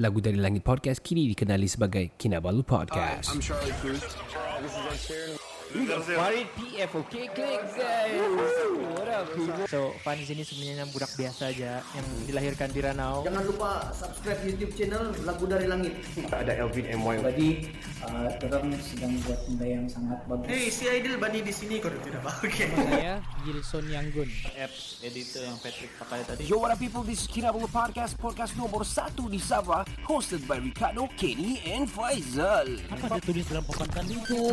Lagu dari Langit Podcast kini dikenali sebagai Kinabalu Podcast. I'm Charlie Cruz. This is Ed Sheeran. Farid PF Okay klik guys What up people? So Fani sini sebenarnya budak biasa aja Yang dilahirkan di Ranau Jangan lupa subscribe YouTube channel Lagu Dari Langit. Ada Elvin MY. Jadi uh, orang sedang buat benda yang sangat bagus. Hey, si Aidil Bani di sini kau tidak apa. Okey. Saya Gilson Yanggun Yo what up people, this is Kinabalu Podcast, podcast nomor 1 di Sabah, hosted by Ricardo, Kenny and Faizal. Apa dia tulis dalam papan itu?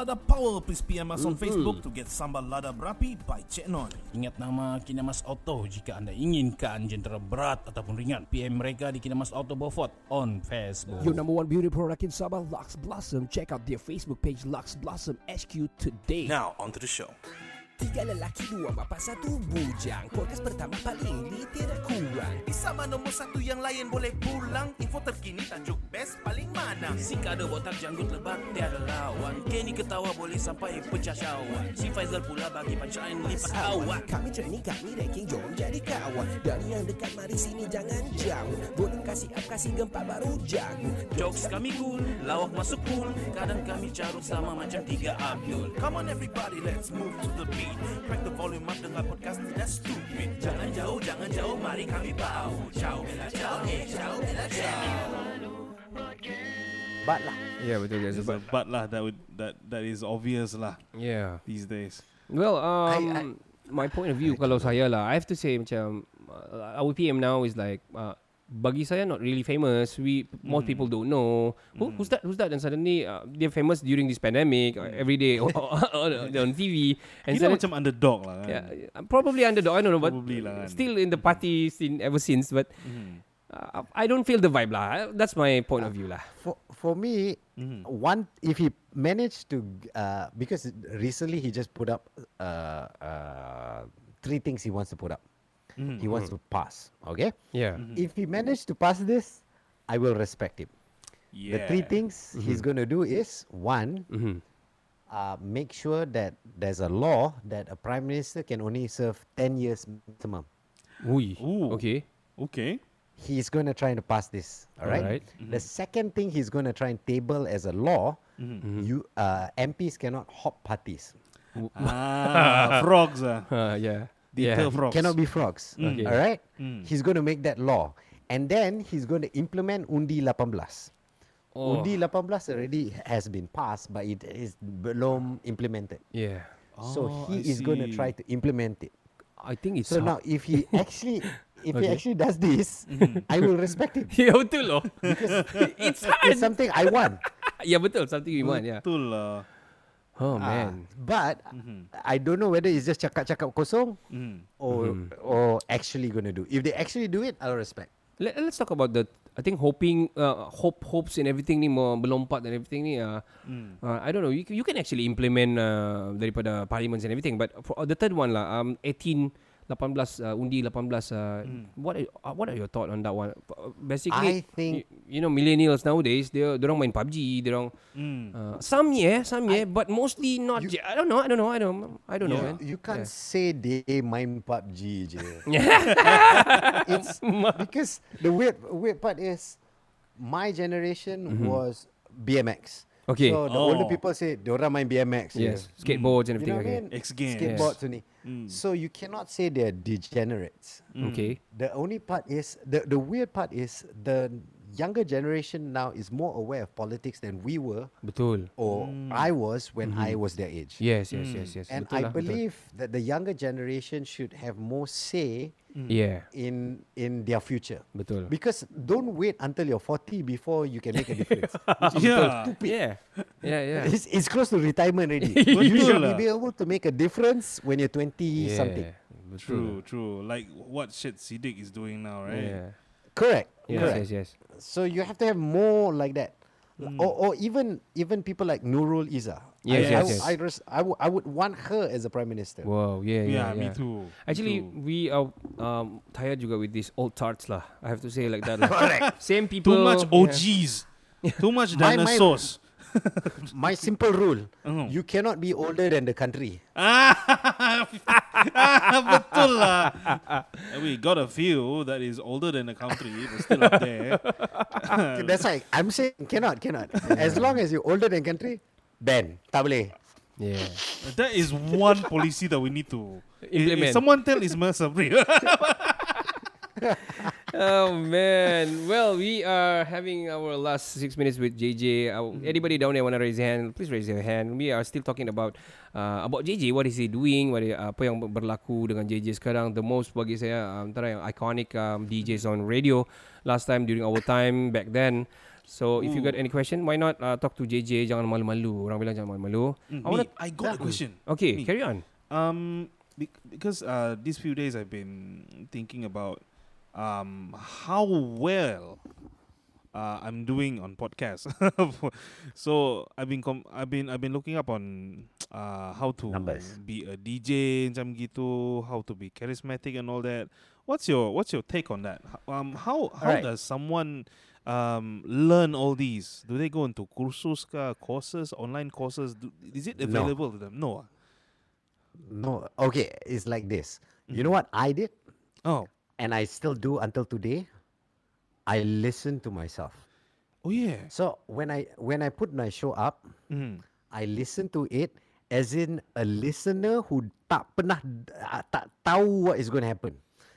Lada Power, please PM us on Facebook to get Sambal Lada Berapi by Cik Non. Ingat nama Kinamas Auto jika anda inginkan jentera berat ataupun ringan. PM mereka di Kinamas Auto Beaufort on Facebook. Your number one beauty product in Sabah, Lux Blossom. Check out their Facebook page, Lux Blossom HQ today. Now, onto the show. Tiga lelaki, dua bapa, satu bujang. Podcast pertama paling ini tidak kurang. Sama nombor satu yang lain boleh pulang Info terkini tajuk best paling mana Si kada botak janggut lebat tiada lawan Kenny ketawa boleh sampai pecah syawak Si Faizal pula bagi punchline lipat awak Kami training, kami ranking, jom jadi kawan. Dari yang dekat, mari sini jangan jauh. Boleh kasih up, kasih gempa baru jago. Jokes kami cool, lawak masuk cool Kadang kami carut sama macam tiga Abdul Come on everybody let's move to the beat Crack the volume up dengar podcast tidak stupid Jangan jauh jangan jauh mari kami bau Ciao bella ciao eh ciao bella ciao Yeah, but there's a but. lah that would that that is obvious lah Yeah. these days. Well, um, my point of view kalau saya lah, I have to say macam uh, our PM now is like uh, bagi saya not really famous. We Hmm. most people don't know who, who's that who's that and suddenly uh, they're famous during this pandemic uh, every day on, on, on TV and Kita suddenly- Hmm. macam underdog lah kan. yeah, I'm probably underdog. I don't know, but Probably lah Hmm. kan. still in the party scene ever since. But uh, I don't feel the vibe lah. That's my point of view lah. for for me, one if he managed to uh, because recently he just put up uh, uh, three things he wants to put up. He wants to pass. Okay, Yeah. if he managed to pass this, I will respect him. The three things he's going to do is one, uh, make sure that there's a law that a prime minister can only serve ten years maximum. Ui. Ooh. Okay. Okay. he's going to try to pass this. All right. Alright. The second thing he's going to try and table as a law, you uh, MPs cannot hop parties. Ah, frogs ah. Uh, yeah. The yeah. tail frogs. Cannot be frogs. Okay. All right. He's going to make that law, and then he's going to implement Undi 18. Oh. Undi 18 already has been passed, but it is belum implemented. Yeah. so Oh, he I is going to see. try to implement it. I think it's So hard. now, if he actually, if he Okay. actually does this, I will respect him. Ya betul loh It's hard It's something I want. Ya betul Something we want ya Betul lah. Oh Ah, man but I don't know whether it's just cakap-cakap kosong or Mm-hmm. or actually gonna do. If they actually do it, I'll respect. Let, Let's talk about the I think hoping uh, Hope Hopes and everything ni Mau melompat and everything ni uh, uh, I don't know you, you can actually implement uh, Daripada parliaments and everything But for, uh, the third one lah um, 18 18 uh, undi 18 uh, what are, uh, what are your thought on that one Uh, basically I think- you, you know millennials nowadays dia orang main PUBG dia orang uh, some yeah some yeah but mostly not je. I don't know I don't know I don't I don't know man You can't say they mind PUBG je. it's because the weird weird part is my generation was BMX. Mm-hmm. Okay. So the older people say orang main BMX. je." Yes, skateboards and You know everything. what I mean? X Games. Skateboards only. So you cannot say they're degenerates. okay. The only part is the, the weird part is the younger generation now is more aware of politics than we were Betul. or I was when I was their age. Yes, yes, Hmm. Mm-hmm. yes, yes. And betul I lah, believe that the younger generation should have more say betul. Yeah. in in their future. Betul. Because don't wait until you're 40 before you can make a difference. Yeah. Yeah. Yeah, yeah. it's, it's close to retirement already. Betul you should lah. be able to make a difference when you're 20 something. Betul. True, true. Like what shit Siddiq is doing now, right? Yeah. Correct. Yes, correct. yes, yes. So you have to have more like that, L- or, or even even people like Nurul Izzah. Yes, yes, I, I, yes. I, res- I, w- I would want her as a prime minister. Wow, yeah, yeah, Yeah, me too, me Actually, too. we are um, tired juga with these old tarts lah. I have to say like that. Lah. Same people. Too much yeah. OGs. Too much My- my- dinosaurs. Oh. My simple rule: you cannot be older than the country. Ah, Betul lah. And we got a few that is older than the country, but still up there. That's why I'm saying cannot, cannot. As long as you're older than country, ban. Tak boleh. Yeah. That is one policy that we need to If- If Implement. someone tell Ismail Sabri. oh man. Well, we are having our last six minutes with JJ. Uh, Mm-hmm. Anybody down there want to raise their hand? Please raise your hand. We are still talking about uh, about JJ. What is he doing? What i- apa yang ber- berlaku dengan JJ sekarang? The most bagi saya um, antara yang iconic um, DJs on radio last time during our time back then. So if you Mm. got any question, why not uh, talk to JJ? Jangan malu-malu. Orang bilang jangan malu-malu. Mm, me, wanna- I got a question. Okay, Me. carry on. Um, be- because uh, these few days I've been thinking about um how well uh, I'm doing on podcasts. so I've been com- I've been I've been looking up on uh how to be a DJ macam gitu, how to be charismatic and all that. What's your What's your take on that? H- Um, how how Alright. does someone um learn all these? Do they go into kursus ka, courses, online courses? Do, is it No. available to them? No. ah? No. Okay, it's like this. You know what I did? Oh. And I still do until today. I listen to myself. Oh yeah. So when I when I put my show up, Mm. I listen to it as in a listener who tak pernah ah, tak tahu what is going to happen.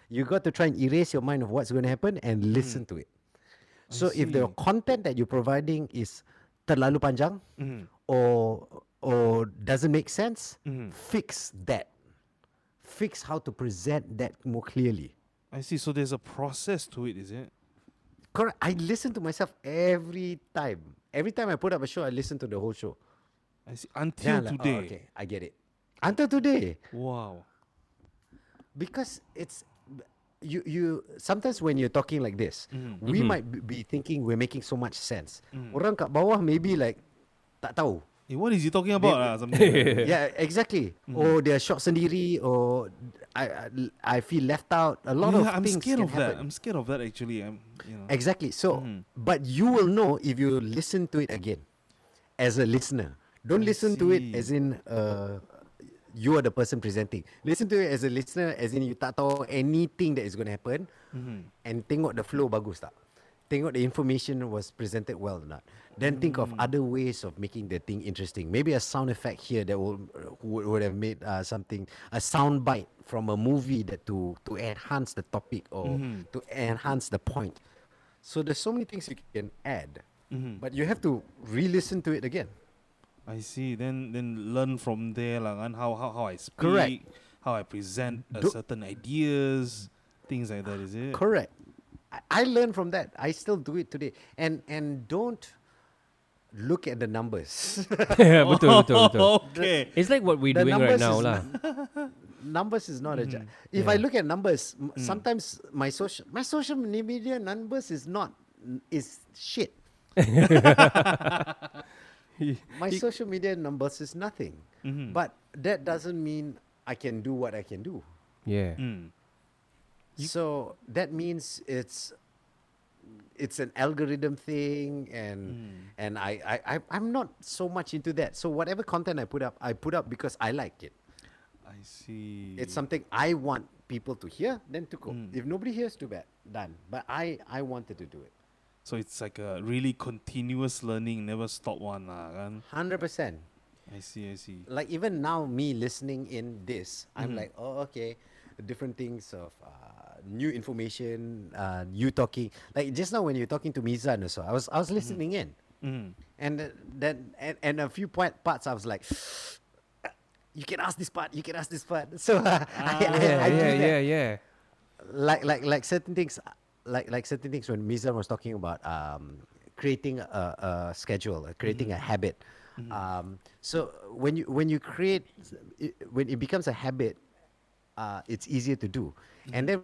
You got to try and erase your mind of what's going to happen and listen to it. So if the content that you're providing is terlalu panjang Mm. or or doesn't make sense, Mhm. fix that. Fix how to present that more clearly. I see. So there's a process to it, is it? Correct. I listen to myself every time. Every time I put up a show, I listen to the whole show. I see. Then Until I'm like, oh, today. okay, I get it. Until today. Wow. because it's you you sometimes when you're talking like this Mhm. we Mhm. might b- be thinking we're making so much sense Mm. orang kat bawah maybe like tak tahu Eh, what is he talking They- about? ah, something like that. yeah exactly Mm-hmm. or they're shocked sendiri or I I I feel left out a lot Yeah, of I'm things scared can of that. happen I'm scared of that actually. I'm, you know. exactly so Mhm. but you will know if you listen to it again as a listener don't I listen to it see. as in uh, you are the person presenting listen to it as a listener as in you tak tahu anything that is going to happen Mhm. and tengok the flow bagus tak tengok the information was presented well or not then think of Mm. other ways of making the thing interesting maybe a sound effect here that will, would, would have made uh, something a sound bite from a movie that to to enhance the topic or Mhm. to enhance the point so there's so many things you can add Mhm. Mm-hmm. but you have to re-listen to it again I see. Then then learn from there, lah. kan, how how how I speak, Correct. how I present a Do- certain ideas, things like that. Is it? Correct. I, I learned from that. I still do it today. And and don't look at the numbers. betul, betul, betul. Okay. It's like what we're Oh, The doing right numbers now is lah. Mm-hmm. numbers is not a ju- Yeah. If Mm. I look at numbers, m- sometimes my social my social media numbers is not is shit. my social media numbers is nothing. Mm-hmm. But that doesn't mean I can do what I can do. Yeah. Mm. so that means it's it's an algorithm thing and and I, I I i'm not so much into that so whatever content i put up i put up because i like it I see. it's something i want people to hear then to go if nobody hears too bad done but i i wanted to do it So it's like a really continuous learning, never stop one, lah. kan. 100% I see. I see. like even now me listening in this Mm-hmm. i'm like oh okay different things of uh, new information uh, you talking like just now when you're talking to mizan or so i was i Mm-hmm. was listening in Mm. and th- then and, and a few point parts i was like you can ask this part you can ask this part so I, I, Ah, Yeah, I do yeah, that. yeah, yeah. like like like certain things like like certain things when mizan was talking about um creating a, a schedule uh, creating a habit um so when you when you create it, when it becomes a habit uh it's easier to do and then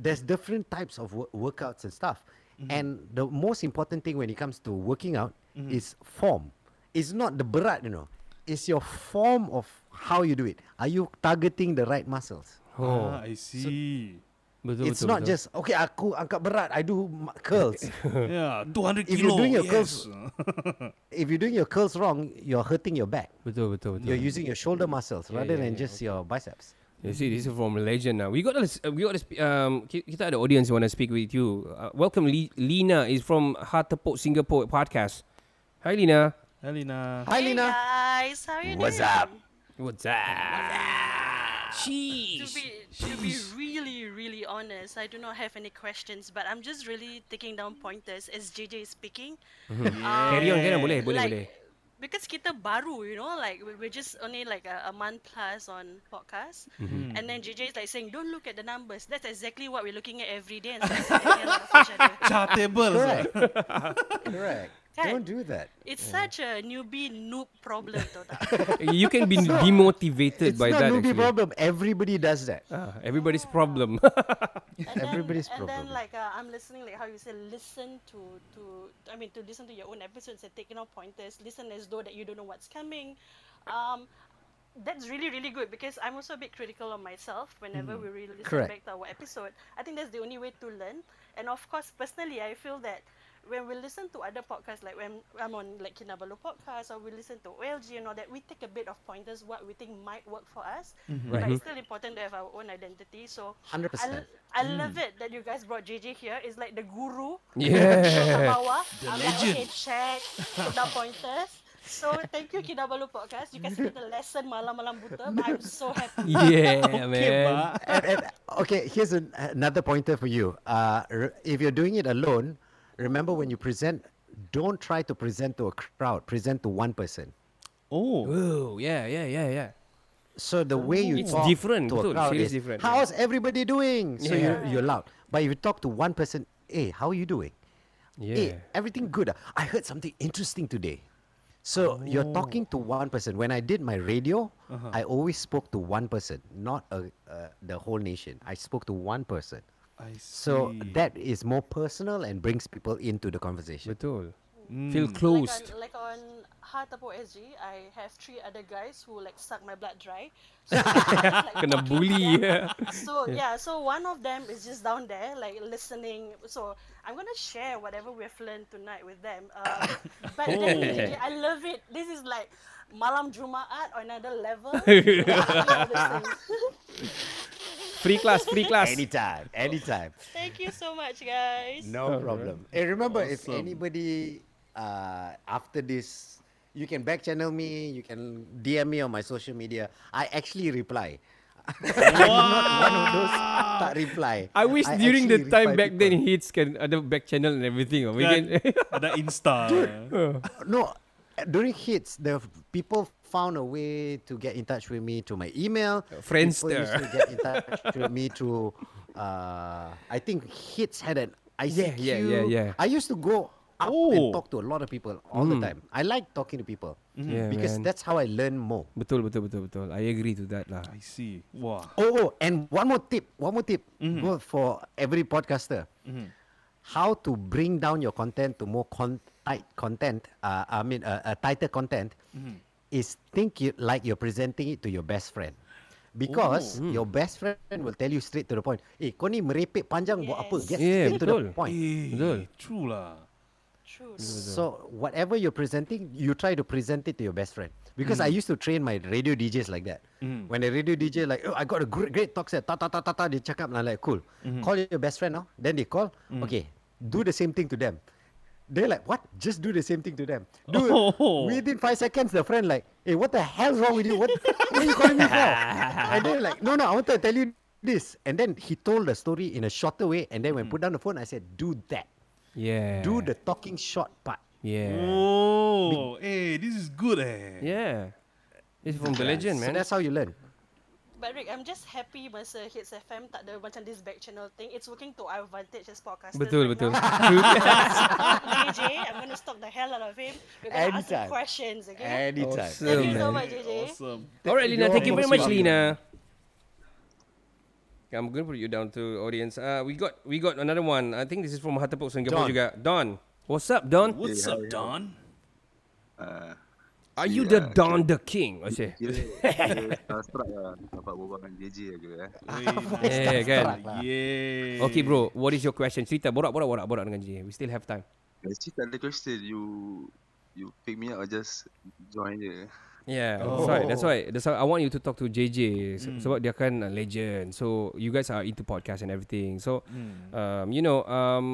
there's different types of wo- workouts and stuff. And the most important thing when it comes to working out is form. It's not the berat, you know. It's your form of how you do it. Are you targeting the right muscles? Oh. Ah, I see. betul, it's not just okay. Aku angkat berat. I do ma- curls. yeah, 200 if kilo. you're doing your yes. curls, if you're doing your curls wrong, you're hurting your back. betul betul betul. You're using your shoulder muscles Yeah, rather yeah, than yeah, just your biceps. You see, this is from legend now. We got a, we got a, sp- um, ki- kita ada audience want to speak with you. Uh, welcome, Li- Lina is from Hatepok Singapore podcast. Hi, Lina. Helena. Hi, Lina. uh, guys, how are you What's doing? up? What's up? To Sheesh. be, to be really, really honest, I do not have any questions, but I'm just really taking down pointers as JJ is speaking. Carry on, carry on. Boleh, boleh, like, boleh. Because kita baru, you know, like we- we're just only like a, a month plus on podcast, and then JJ is like saying, "Don't look at the numbers." That's exactly what we're looking at every day, and so it's like, yeah, laugh each other. Chartable. Correct. Correct. Kan? Don't do that. It's such a newbie noob problem, Tota. tau tak? You can be demotivated It's by not that. newbie actually. problem. Everybody does that. Ah, everybody's problem. And then- Everybody's and problem. then like uh, I'm listening like how you say listen to to I mean to listen to your own episodes and take you know pointers listen as though that you don't know what's coming um that's really really good because I'm also a bit critical on myself whenever we really listen Hmm. Correct. back to our episode I think that's the only way to learn and of course personally I feel that when we listen to other podcasts like when I'm on like Kinabalu podcast or we listen to OLG and all that we take a bit of pointers what we think might work for us but it's still important to have our own identity so Mm-hmm. Hundred I, percent. Mm. l- I love it that you guys brought JJ here. It's like the guru. Yeah. the I'm legend. Like, okay, check. Put down pointers. So thank you Kinabalu podcast. You guys did the lesson malam-malam buta. but I'm so happy. yeah, Okay, man. ba. and, and, okay, here's an, another pointer for you. Uh, re- if you're doing it alone, remember when you present, don't try to present to a crowd. Present to one person. Oh. Ooh, yeah, yeah, yeah, yeah. So the way you Oh, It's talk different, to a betul. crowd It is is different, yeah. How's everybody doing? So Yeah. you're, you're loud. But if you talk to one person, hey, how are you doing? Yeah. Hey, everything good? ah? I heard something interesting today. So you're Oh. talking to one person. When I did my radio, Uh-huh. I always spoke to one person, not a, uh, the whole nation. I spoke to one person. I see. So that is more personal and brings people into the conversation. Betul. Hmm. Feel Like Oh closed. on, like on Hatapo SG, I have three other guys who like suck my blood dry. So, like, Kena talking to bully. Yeah. them. so yeah. so one of them is just down there like listening so i'm gonna share whatever we've learned tonight with them uh, but definitely, i love it this is like malam jumaat on another level Free class, free class. Anytime, anytime. thank you so much guys No problem. Hey, remember, if anybody uh, after this, you can back channel me, you can DM me on my social media. I actually reply. I'm not one of those tak reply. I wish during the actually time reply back then people. hits can ada back channel and everything. oh, We Kan, can ada Insta. No, during hits, the f- people found a way to get in touch with me through my email. People Friendster. used to get in touch with me through. Uh, I think hits had an ICQ. yeah, yeah, yeah. Mm. I used to go out Oh. and talk to a lot of people all the time. I like talking to people Mm-hmm. Yeah, because man. that's how I learn more. Betul, betul, betul, betul. I agree to that lah. I see. Wah. Oh, oh, and one more tip. One more tip go for every podcaster. How to bring down your content to more con- tight content. Uh, I mean, uh, uh, tighter content is think it like you're presenting it to your best friend. Because your best friend will tell you straight to the point. Eh, kau ni merepek panjang buat apa? Get Yeah, straight to betul. the point. Eh, Betul. True lah. true So whatever you're presenting, you try to present it to your best friend. Because I used to train my radio DJs like that. When the radio DJ like, oh, I got a great, great talk set, ta ta ta ta ta, they check up and I'm like, cool. Call your best friend now. Then they call, okay, do the same thing to them. They're like, what? Just do the same thing to them. Do Oh. within five seconds, the friend like, hey, what the hell's wrong with you? What, what are you calling me for? and they're like, no, no, I want to tell you this. And then he told the story in a shorter way. And then when put down the phone, I said, do that. Yeah. Do the talking short part. Yeah. Oh, eh, this is good eh. Yeah. It's from the Yeah, legend, so man. that's how you learn. But Rick, I'm just happy masa Hits FM tak ada macam this back channel thing. It's working to our advantage as podcasters. Betul, right betul. now. True. JJ, I'm gonna stalk the hell out of him. We're gonna ask him Anytime. questions, okay? Anytime. Awesome, Thank you so man. much, JJ. Awesome. All right, Lina. Thank you very much, Lina. Okay, I'm going to put you down to audience. Uh, we got we got another one. I think this is from Hatapuk Singapore Don. juga. Don. What's up, Don? What's Hey, how up, are you? Don? Uh, Are you the Don the King? I say. kira kira starstruck lah dapat berbual dengan JJ aku eh. Eh, kan? Okay, bro. Hmm. What is your question? Cerita borak borak borak borak dengan JJ. We still have time. Actually tak ada question. You you pick me up or just join je. Yeah, Oh. that's why. That's why. That's why I want you to talk to JJ se- Hmm. Mm. sebab dia kan a legend. So you guys are into podcast and everything. So Mm. Hmm. um, you know, um,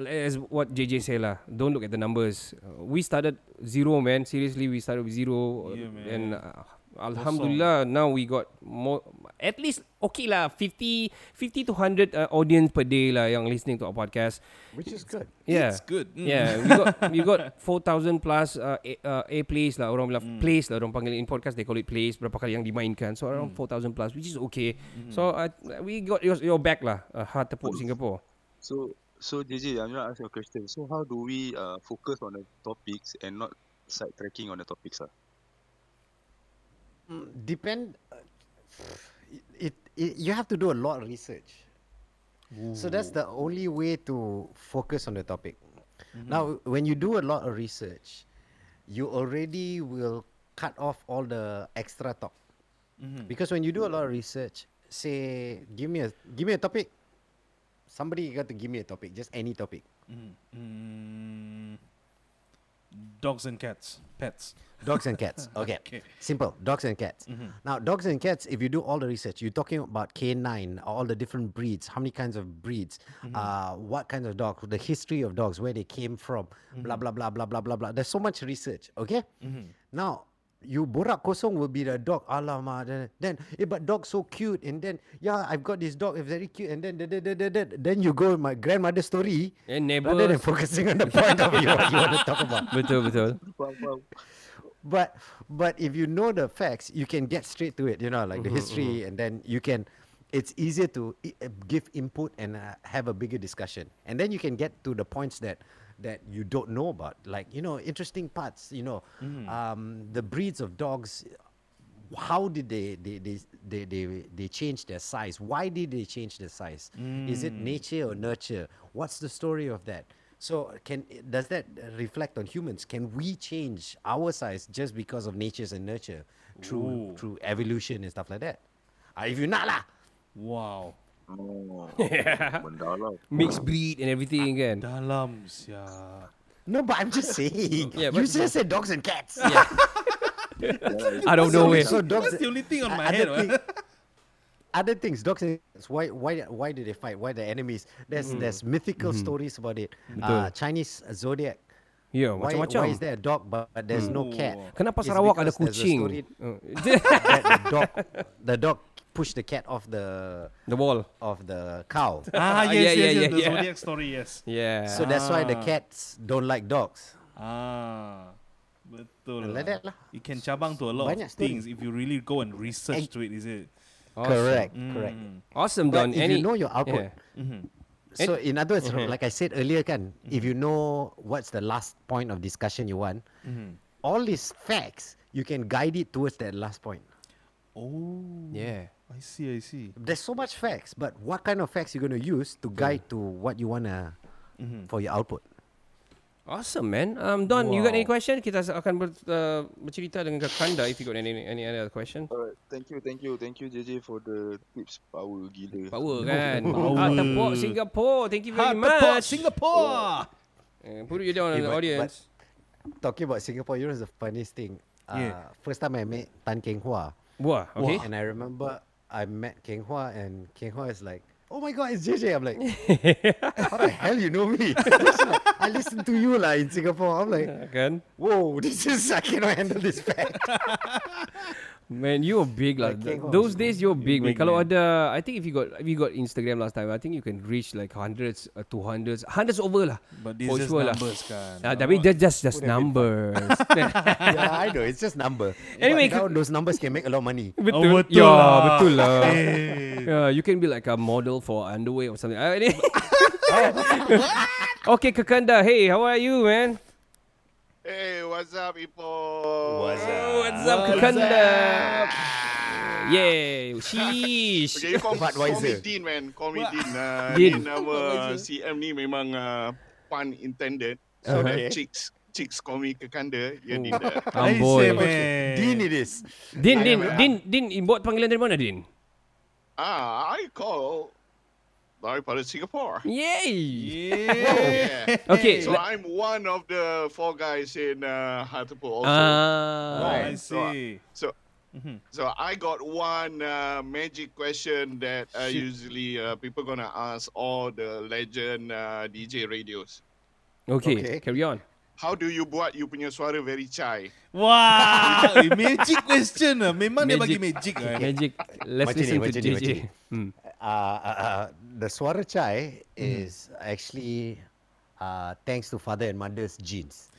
as what JJ say lah, don't look at the numbers. Uh, we started zero, man. Seriously, we started with zero, Yeah, man. and uh, alhamdulillah now we got more. At least okay lah, 50, 50 to hundred uh, audience per day lah yang listening to our podcast. Which is good. Yeah. It's good. Mm. Yeah, we got we got 4000 plus uh, A, uh, A plays lah orang bilang Mm. plays lah orang panggil in podcast they call it plays berapa kali yang dimainkan. So around Mm. 4000 plus which is okay. So uh, we got your, your back lah uh, hard tepuk Singapore. So so JJ, I'm gonna ask you a question. So how do we uh, focus on the topics and not sidetracking on the topics ah? Mm, Depend. Uh, it, it you have to do a lot of research. So that's the only way to focus on the topic. Now, when you do a lot of research, you already will cut off all the extra talk. Because when you do a lot of research, say give me a give me a topic. Somebody got to give me a topic, just any topic. Hmm. Dogs and cats, pets. Dogs and cats. Okay. Simple. Dogs and cats. Mhm. Now, dogs and cats, if you do all the research, you're talking about canine, all the different breeds, how many kinds of breeds, uh, what kinds of dogs, the history of dogs, where they came from, blah, blah, blah, blah, blah, blah, blah. There's so much research. Okay. Now, you borak kosong will be the dog. Alamak. Then, then eh, but dog's so cute. And then, yeah, I've got this dog. It's very cute. And then, da, da, da, da, da. then you go with my grandmother's story. And Rather than neighbours. focusing on the point of view, what you want to talk about. Betul betul. But but if you know the facts, you can get straight to it. You know, like the Mhm, history, and then you can. It's easier to i- uh, give input and uh, have a bigger discussion, and then you can get to the points that that you don't know about, like you know, interesting parts. You know, um, the breeds of dogs. How did they they, they they they they change their size? Why did they change their size? Is it Mm. nature or nurture? What's the story of that? So can does that uh, reflect on humans? Can we change our size just because of natures and nurture through Ooh. through evolution and stuff like that? Ah, if you not lah. Wow. Oh, Mixed breed and everything kan. Dalam sia. No, but I'm just saying. Yeah, you but- just said dogs and cats. I don't know where. So dogs. That's the only thing on uh, my other head, man. thing- Other things, dogs and cats. Why, why, why do they fight? Why the enemies? There's Mm. there's mythical Mhm. stories about it. Betul. Uh, Chinese zodiac. Yeah, why, macam-macam. Why is there a dog but, but there's no Mm. cat? Kenapa It's Sarawak ada because there's a kucing? story Oh. that the dog, the dog pushed the cat off the the wall of the cow. Ah, yes, yes, yes, the Zodiac story, yes. So that's why the Ah. cats don't like dogs. Ah, betul. Like that lah. It can cabang to a lot of Banyak story. things if you really go and research to it, is it? Oh, Correct, Mm. correct. Awesome, Don. But If Any- you know your output. Yeah. Mhm. So Any- in other words, Mhm. like I said earlier, kan, if you know what's the last point of discussion you want, Mhm. all these facts you can guide it towards that last point. Oh. Yeah. I see, I see. There's so much facts, but what kind of facts you gonna use to guide to what you wanna for your output? Awesome man. Um, Don, you got Wow. any question? Kita akan ber, uh, bercerita dengan Kakanda if you got any any other question. Alright, thank you, thank you, thank you JJ for the tips power gila. Power kan. Hard tepuk Singapore. Thank you very Hard much. tepuk Singapore. put you down Eh, in the but- audience. but talking about Singapore, you know what's the funniest thing? Yeah. Uh, first time I met Tan Keng Hua. Wah, okay. And I remember I met Keng Hua and Keng Hua is like, oh my god, it's JJ. I'm like, how the hell you know me? She's like, I listen to you like in Singapore. I'm like, Kan? whoa, this is, I cannot handle this fact. Man, you're big lah. Okay, go. Those days you're big, man. big, Kalau ada, I think if you got if you got Instagram last time, I think you can reach like hundreds, uh, two hundreds, hundreds over lah. But this For just sure lah. numbers kan. Ah, tapi that's just just Would have been numbers. yeah, I know, it's just number. Anyway, But now those numbers can make a lot of money. Betul. ya, betul lah. yeah, you can be like a model for underwear or something. Ah, ini- okay, Kakanda. Hey, how are you, man? Hey, what's up, Ipo? Oh, What's up, Kakanda? Yay. Sheesh. Okay, you call, call me Budweiser. Dean, man. Call me Dean. Uh, Dean. Dean nama uh, CM ni memang uh, pun intended. So Okay. okay. chicks chicks call me Kekanda. Ya, Dean dah. Amboi. Okay. Din it is. I Din, Din, am- uh, Din, Din, buat panggilan dari mana, Din? Ah, I call daripada Singapore. Yay! Yeah. Okay, So let- I'm one of the four guys in uh, Hartlepool also. Ah. I So see. So, so I got one uh, magic question that uh, Shit. usually uh, people gonna ask all the legend uh, DJ radios. Okay, carry on. How do you buat you punya suara very chai? Wah, eh, magic question lah. Memang dia bagi magic lah. eh. Macam ni, macam ni, macam ni. Uh, uh, uh, the Suara Chai is actually uh, thanks to father and mother's genes.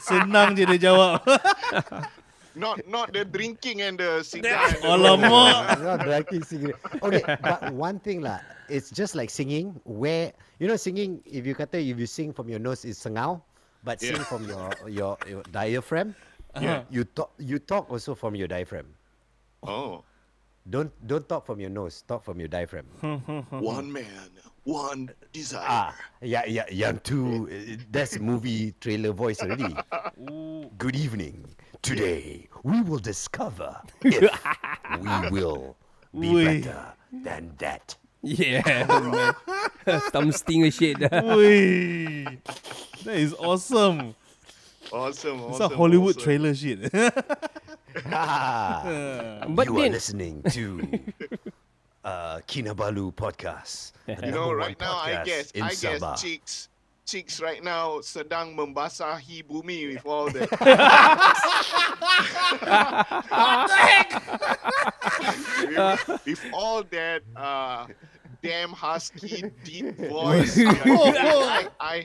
Senang je dia jawab. Not not the drinking and the cigar. and the- Not drinking cigarette. Okay, but one thing lah, it's just like singing where, you know singing, if you kata, if you sing from your nose, it's sengau, but sing Yeah. from your, your, your diaphragm, Yeah. you talk you talk also from your diaphragm. Oh. Don't don't talk from your nose, talk from your diaphragm. one man, one desire. Ah, yeah, yeah, yang tu eh, that's movie trailer voice already. Good evening. Today we will discover if we will be Ui. better than that. Yeah, man. Some stinger shit. Ui. That is awesome. Awesome, It's a awesome, Hollywood awesome. trailer shit. Ah, But you then- are listening to uh, Kinabalu podcast. the You know, number one right now I podcast guess in I guess Sabah. chicks chicks right now sedang membasahi bumi with all the. What the heck? with, with all that uh, damn husky deep voice, I, I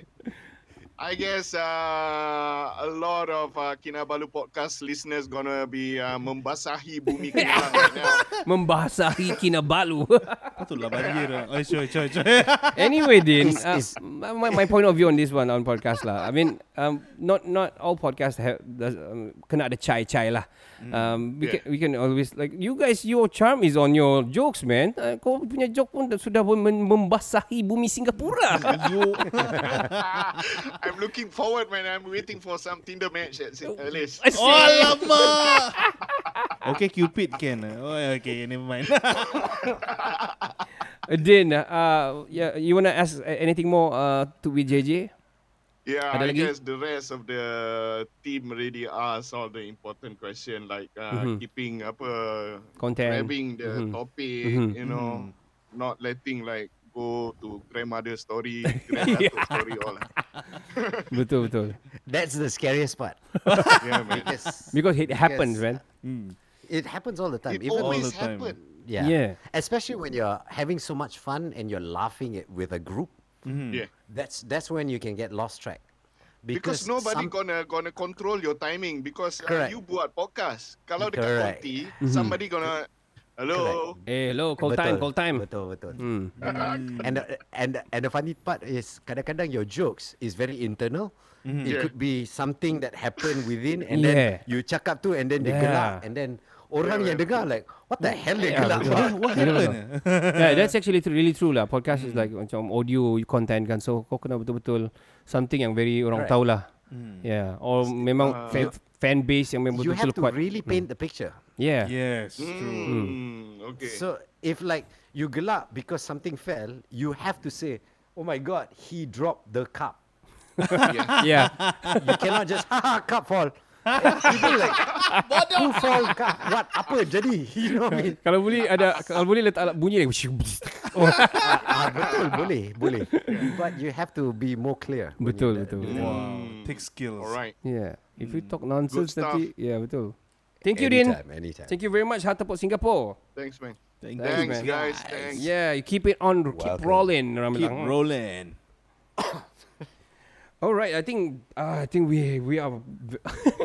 I guess uh, a lot of uh, Kinabalu podcast listeners gonna be uh, membasahi bumi Kinabalu right now. Membasahi Kinabalu. Patutlah banjir lah. Oi, sure, sure, sure. anyway, Din, It's- uh, it's- my, my point of view on this one on podcast lah. I mean, um, not not all podcasts have does, um, kena ada chai chai lah. Mm, Um, we Yeah. can we can always like you guys your charm is on your jokes man. Uh, kau punya joke pun dah- sudah pun men- membasahi bumi Singapura. I'm looking forward, man. I'm waiting for some Tinder match at St. Alice. Oh, alamak. Okay, Cupid can. Oh, okay, never mind. Din, uh, yeah, you wanna ask a- anything more uh, to with JJ? Yeah, Ada I lagi? guess the rest of the team really asked all the important question like uh, Mhm. keeping apa Content. grabbing the Mhm. topic, Mhm. you know, not letting like go to grandmother story, grandfather story all. betul betul. That's the scariest part. Yeah, man. Because it happens, man. It happens all the time. It always All the time. happen. Yeah. Yeah. Especially when you're having so much fun and you're laughing it with a group. Yeah. That's that's when you can get lost track. Because, nobody some- gonna gonna control your timing because uh, Correct. you buat podcast. Kalau dekat Correct. Conti, Mhm. somebody gonna hello. Eh, hello, call time, call time. Hmm. Betul, betul. and the, and the, and the funny part is kadang-kadang your jokes is very internal. Mhm. It Yeah. could be something that happened within and Yeah. then you cakap tu and then they Yeah. gelak and then orang yang dengar like what the hell they Yeah, gelak betul. buat? Betul, betul. yeah, that's actually tr- really true lah. Podcast Hmm. is like macam audio content kan. So kau kena betul-betul something yang very orang Correct. tahu lah. Hmm. Yeah, or memang Uh, fan, fan base yang memang you have betul-betul to kuat. really paint the picture. Yeah. Yes, Hmm. Okay. So if like you gelak because something fell, you have to say, "Oh my god, he dropped the cup." Yeah. Yeah. you cannot just "Ha, ha cup fall. People like who fall cup? What apa jadi? You know what I mean? kalau boleh ada kalau boleh letak alat bunyi dia. Oh, ah, ah, betul boleh boleh. But you have to be more clear. when you Betul, do that. betul, betul. Wow, take skills. All right. Yeah. If you talk Hmm. Good nonsense stuff. nanti yeah betul. Thank you Anytime, Din. anytime. Thank you very much Hartapot Singapore. Thanks, man. Thank Thanks, you, man. guys. Thanks. Yeah, you keep it on, keep rolling. Keep rolling. All right, I think uh, I think we we are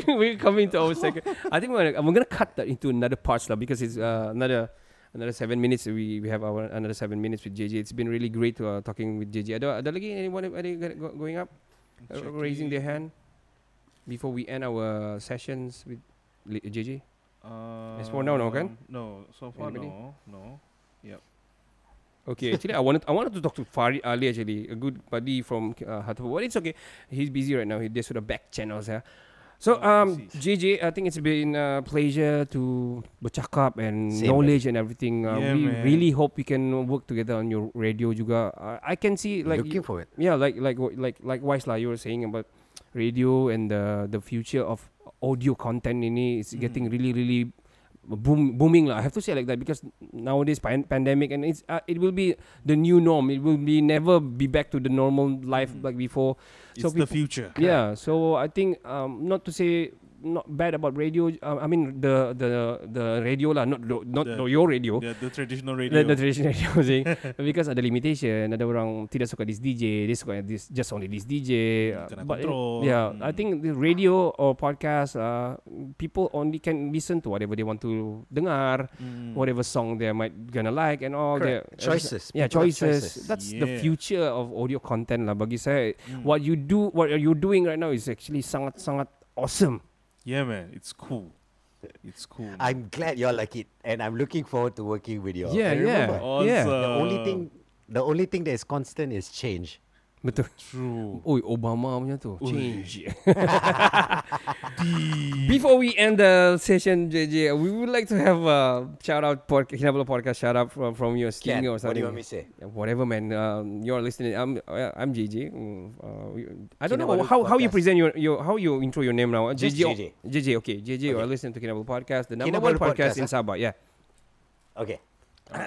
we're coming to our second. I think we're, we're gonna cut that into another parts now because it's uh, another another seven minutes. We we have our another seven minutes with JJ. It's been really great uh, talking with JJ. Ada ada lagi anyone ada go- going up, uh, raising their hand before we end our sessions with li- JJ. Uh, There's more now, no, kan? No, so far Anybody? no, no. Yep. Okay, actually, I wanted I wanted to talk to Farid Ali actually, a good buddy from uh, Hatha. But it's okay. He's busy right now. He does sort of back channels. Yeah. So Oh, um, JJ, I think it's been a pleasure to bercakap and Same, knowledge and everything. Uh, Yeah, we man. really hope we can work together on your radio juga. Uh, I can see like Looking forward. Yeah, like like what- like likewise lah. You were saying about radio and the the future of audio content ini is getting really really boom booming lah. I have to say like that because nowadays pan- pandemic and it's uh, it will be the new norm. It will be never be back to the normal life like before. It's the future. Yeah. So I think um, not to say not bad about radio. Uh, I mean the the the radio lah, not the- not The- the, your radio. the- the traditional Oh. The, radio. the traditional radio saying because ada limitation. Ada orang tidak suka this DJ. Dia suka this just only this DJ. Uh, Kena but control. yeah, I think the radio or podcast, uh, people only can listen to whatever they want to dengar, whatever song they might gonna like and all. Correct. their- Choices. Yeah, People have choices. choices. That's the Yeah. future of audio content lah bagi saya. What you do, what you're doing right now is actually sangat sangat awesome. Yeah, man, it's cool. It's cool. I'm glad y'all like it, and I'm looking forward to working with y'all. Yeah, yeah, And remember, yeah. The only Awesome. thing, the only thing that is constant is change. Betul. True. Oi, Obama punya tu. Ui. Change. Before we end the session, JJ, we would like to have a shout out, pod- Hinabala podcast shout out from, from your Can, skin or what do something. you want me to say? Yeah, Whatever, man. Um, you're listening. I'm uh, I'm JJ. Mm, Uh, we- I don't know Kinabalu how, how you podcast. present your, your how you intro your name now. Uh, Just JJ. JJ. JJ. Okay, JJ. You are listening to Kinabalu podcast, the number one Kinabalu podcast, podcast, ah. in huh? Sabah. Yeah. Okay.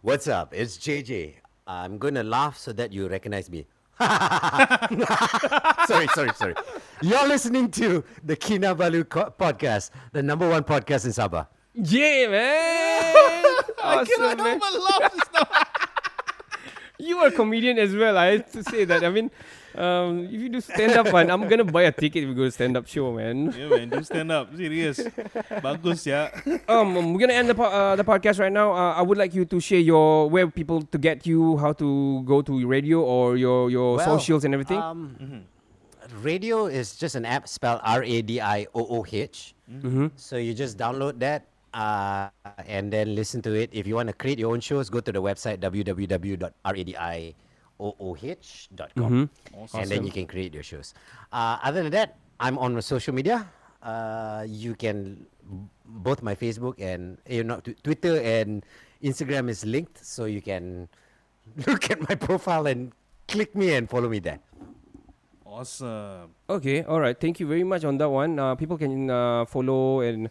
What's up? It's JJ. I'm gonna laugh so that you recognize me. sorry, sorry, sorry. You're listening to the Kinabalu co- podcast, the number one podcast in Sabah. Yeah, man. I Awesome, cannot man. even laugh. You are a comedian as well. I have to say that. I mean, um, if you do stand up, man, I'm gonna buy a ticket if you go to stand up show, man. Yeah, man, do stand up. Serious. Bagus ya. Um, um, we're gonna end the po- uh, the podcast right now. Uh, I would like you to share your where people to get you, how to go to radio or your your Well, socials and everything. um, Radio is just an app spelled R A D I O O H. Mhm. So you just download that uh, and then listen to it. If you want to create your own shows, go to the website www.radioooh.com Mhm. and then Awesome. you can create your shows. Uh, other than that, I'm on social media. Uh, you can both my Facebook and you know tw- Twitter and Instagram is linked, so you can look at my profile and click me and follow me there. Awesome. Okay, all right. Thank you very much on that one. Uh, people can uh, follow and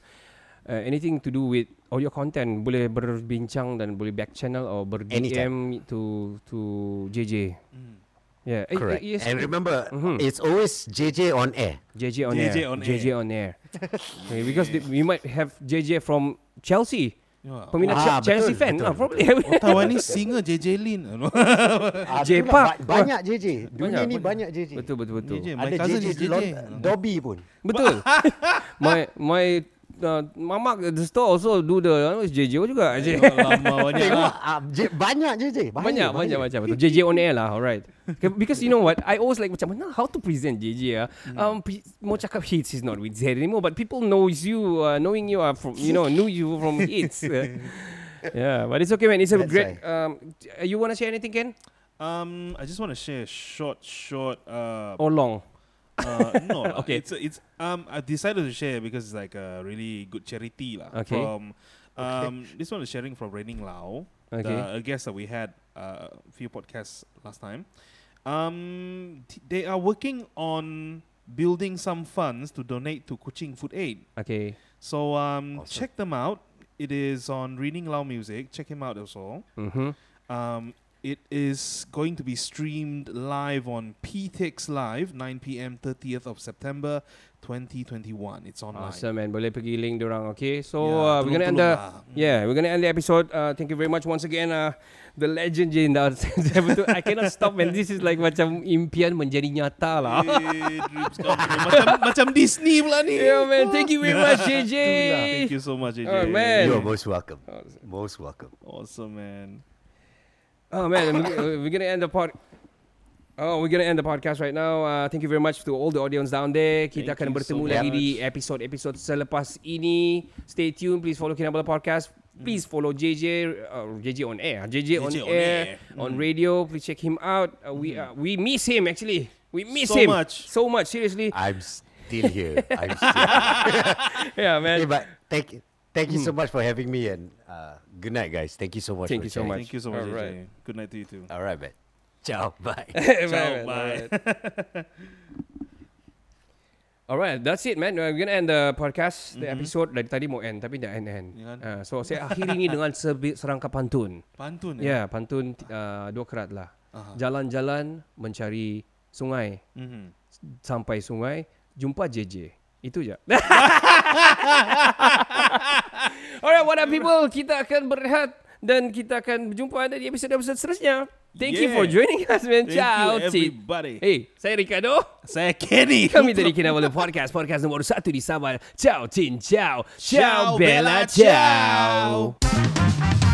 uh, anything to do with audio content boleh berbincang dan boleh back channel or ber DM Anytime. to to JJ. Hmm. Yeah, eh, eh, Correct. yes, And eh, remember, mhm. it's always JJ on air. JJ on JJ air. on JJ air. on air. Okay, because th- we might have JJ from Chelsea. Yeah. Peminat Ah, Che- Chelsea betul, fan betul. lah probably. Ottawa ni singer JJ Lin. Ah, J itulah, Park. ba- Banyak JJ. Dunia ni banyak JJ. Betul betul betul. JJ, my Ada cousin JJ is JJ. Lon- Dobby pun. Betul. my my uh, mama at the store also do the uh, it's JJ juga. JJ. Tengok, ah, J- banyak JJ. Banyak banyak macam betul. JJ on air lah, alright. Okay, Because you know what, I always like macam mana how to present JJ ah. Um, pe- mau cakap hits is not with Z anymore, but people knows you, uh, knowing you are from, you know, knew you from hits. Uh, yeah, but it's okay, man. It's a That's great. Um, d- uh, you wanna share anything, Ken? Um, I just want to share a short, short. Uh, Or long? Uh, no, okay. Oh. Okay. It's it's um. I decided to share because it's like a really good charity lah. Okay. From Okay. um, this one is sharing from Raining Lao. Okay. the- a guest that we had uh, a few podcasts last time. Um, t- they are working on building some funds to donate to Kuching Food Aid. Okay. So um, check them out. It is on Reading Lao Music. Check him out also. Mhm. Um, it is going to be streamed live on PTX Live, 9 p.m. 30th of September, 2021. It's online. Awesome man Boleh pergi link dorang Okay so Yeah, yeah, uh, We're gonna end the tolong-tolong Yeah we're gonna end the episode uh, Thank you very much Once again uh, The legend je Indah Betul, I cannot stop man This is like macam Impian menjadi nyata lah Eh, dreams come true. Macam macam Disney pula ni. Yeah man Thank you very much JJ Itulah. Thank you so much, JJ. Oh man You're most welcome. Most welcome. Awesome man. Oh man we- uh, We're gonna end the pod Oh, we're gonna end the podcast right now. Uh, thank you very much to all the audience down there. Kita Thank akan you bertemu so lagi much. di episod-episod selepas ini. Stay tuned. Please follow Kinabalu Podcast. Please follow JJ, uh, JJ on air, JJ, on, JJ on air, air. Mm. on radio. Please check him out. Uh, we uh, we miss him actually. We miss So him much. so much. Seriously. I'm still here. I'm still. yeah, man. Hey, but thank thank you so Mm. much for having me and uh, good night, guys. Thank you so much. Thank you for so chatting. much. Thank you so much, Alright. JJ. Good night to you too. All right, man. Ciao. Bye. Ciao, bye. All right, that's it man. We're gonna end the podcast, the episode dari tadi mau end tapi dah end end. Mm-hmm. Ya kan? Uh, so saya akhiri ni dengan sebi- serangkap pantun. Pantun, Ya, yeah, eh? pantun uh, dua kerat lah. Aha. Jalan-jalan mencari sungai. Mhm. S- Sampai sungai jumpa JJ. Itu je. Alright, what up people? Kita akan berehat dan kita akan berjumpa anda di episod-episod seterusnya. Thank you for Yeah. joining us, man. Thank you, Ciao, Cik. everybody. Hey, saya Ricardo. Saya Kenny. Kami dari Kinabalu Podcast, podcast nombor satu di Sabah. Ciao, Chin, ciao. Ciao, Ciao, Bella, Bella, ciao. ciao.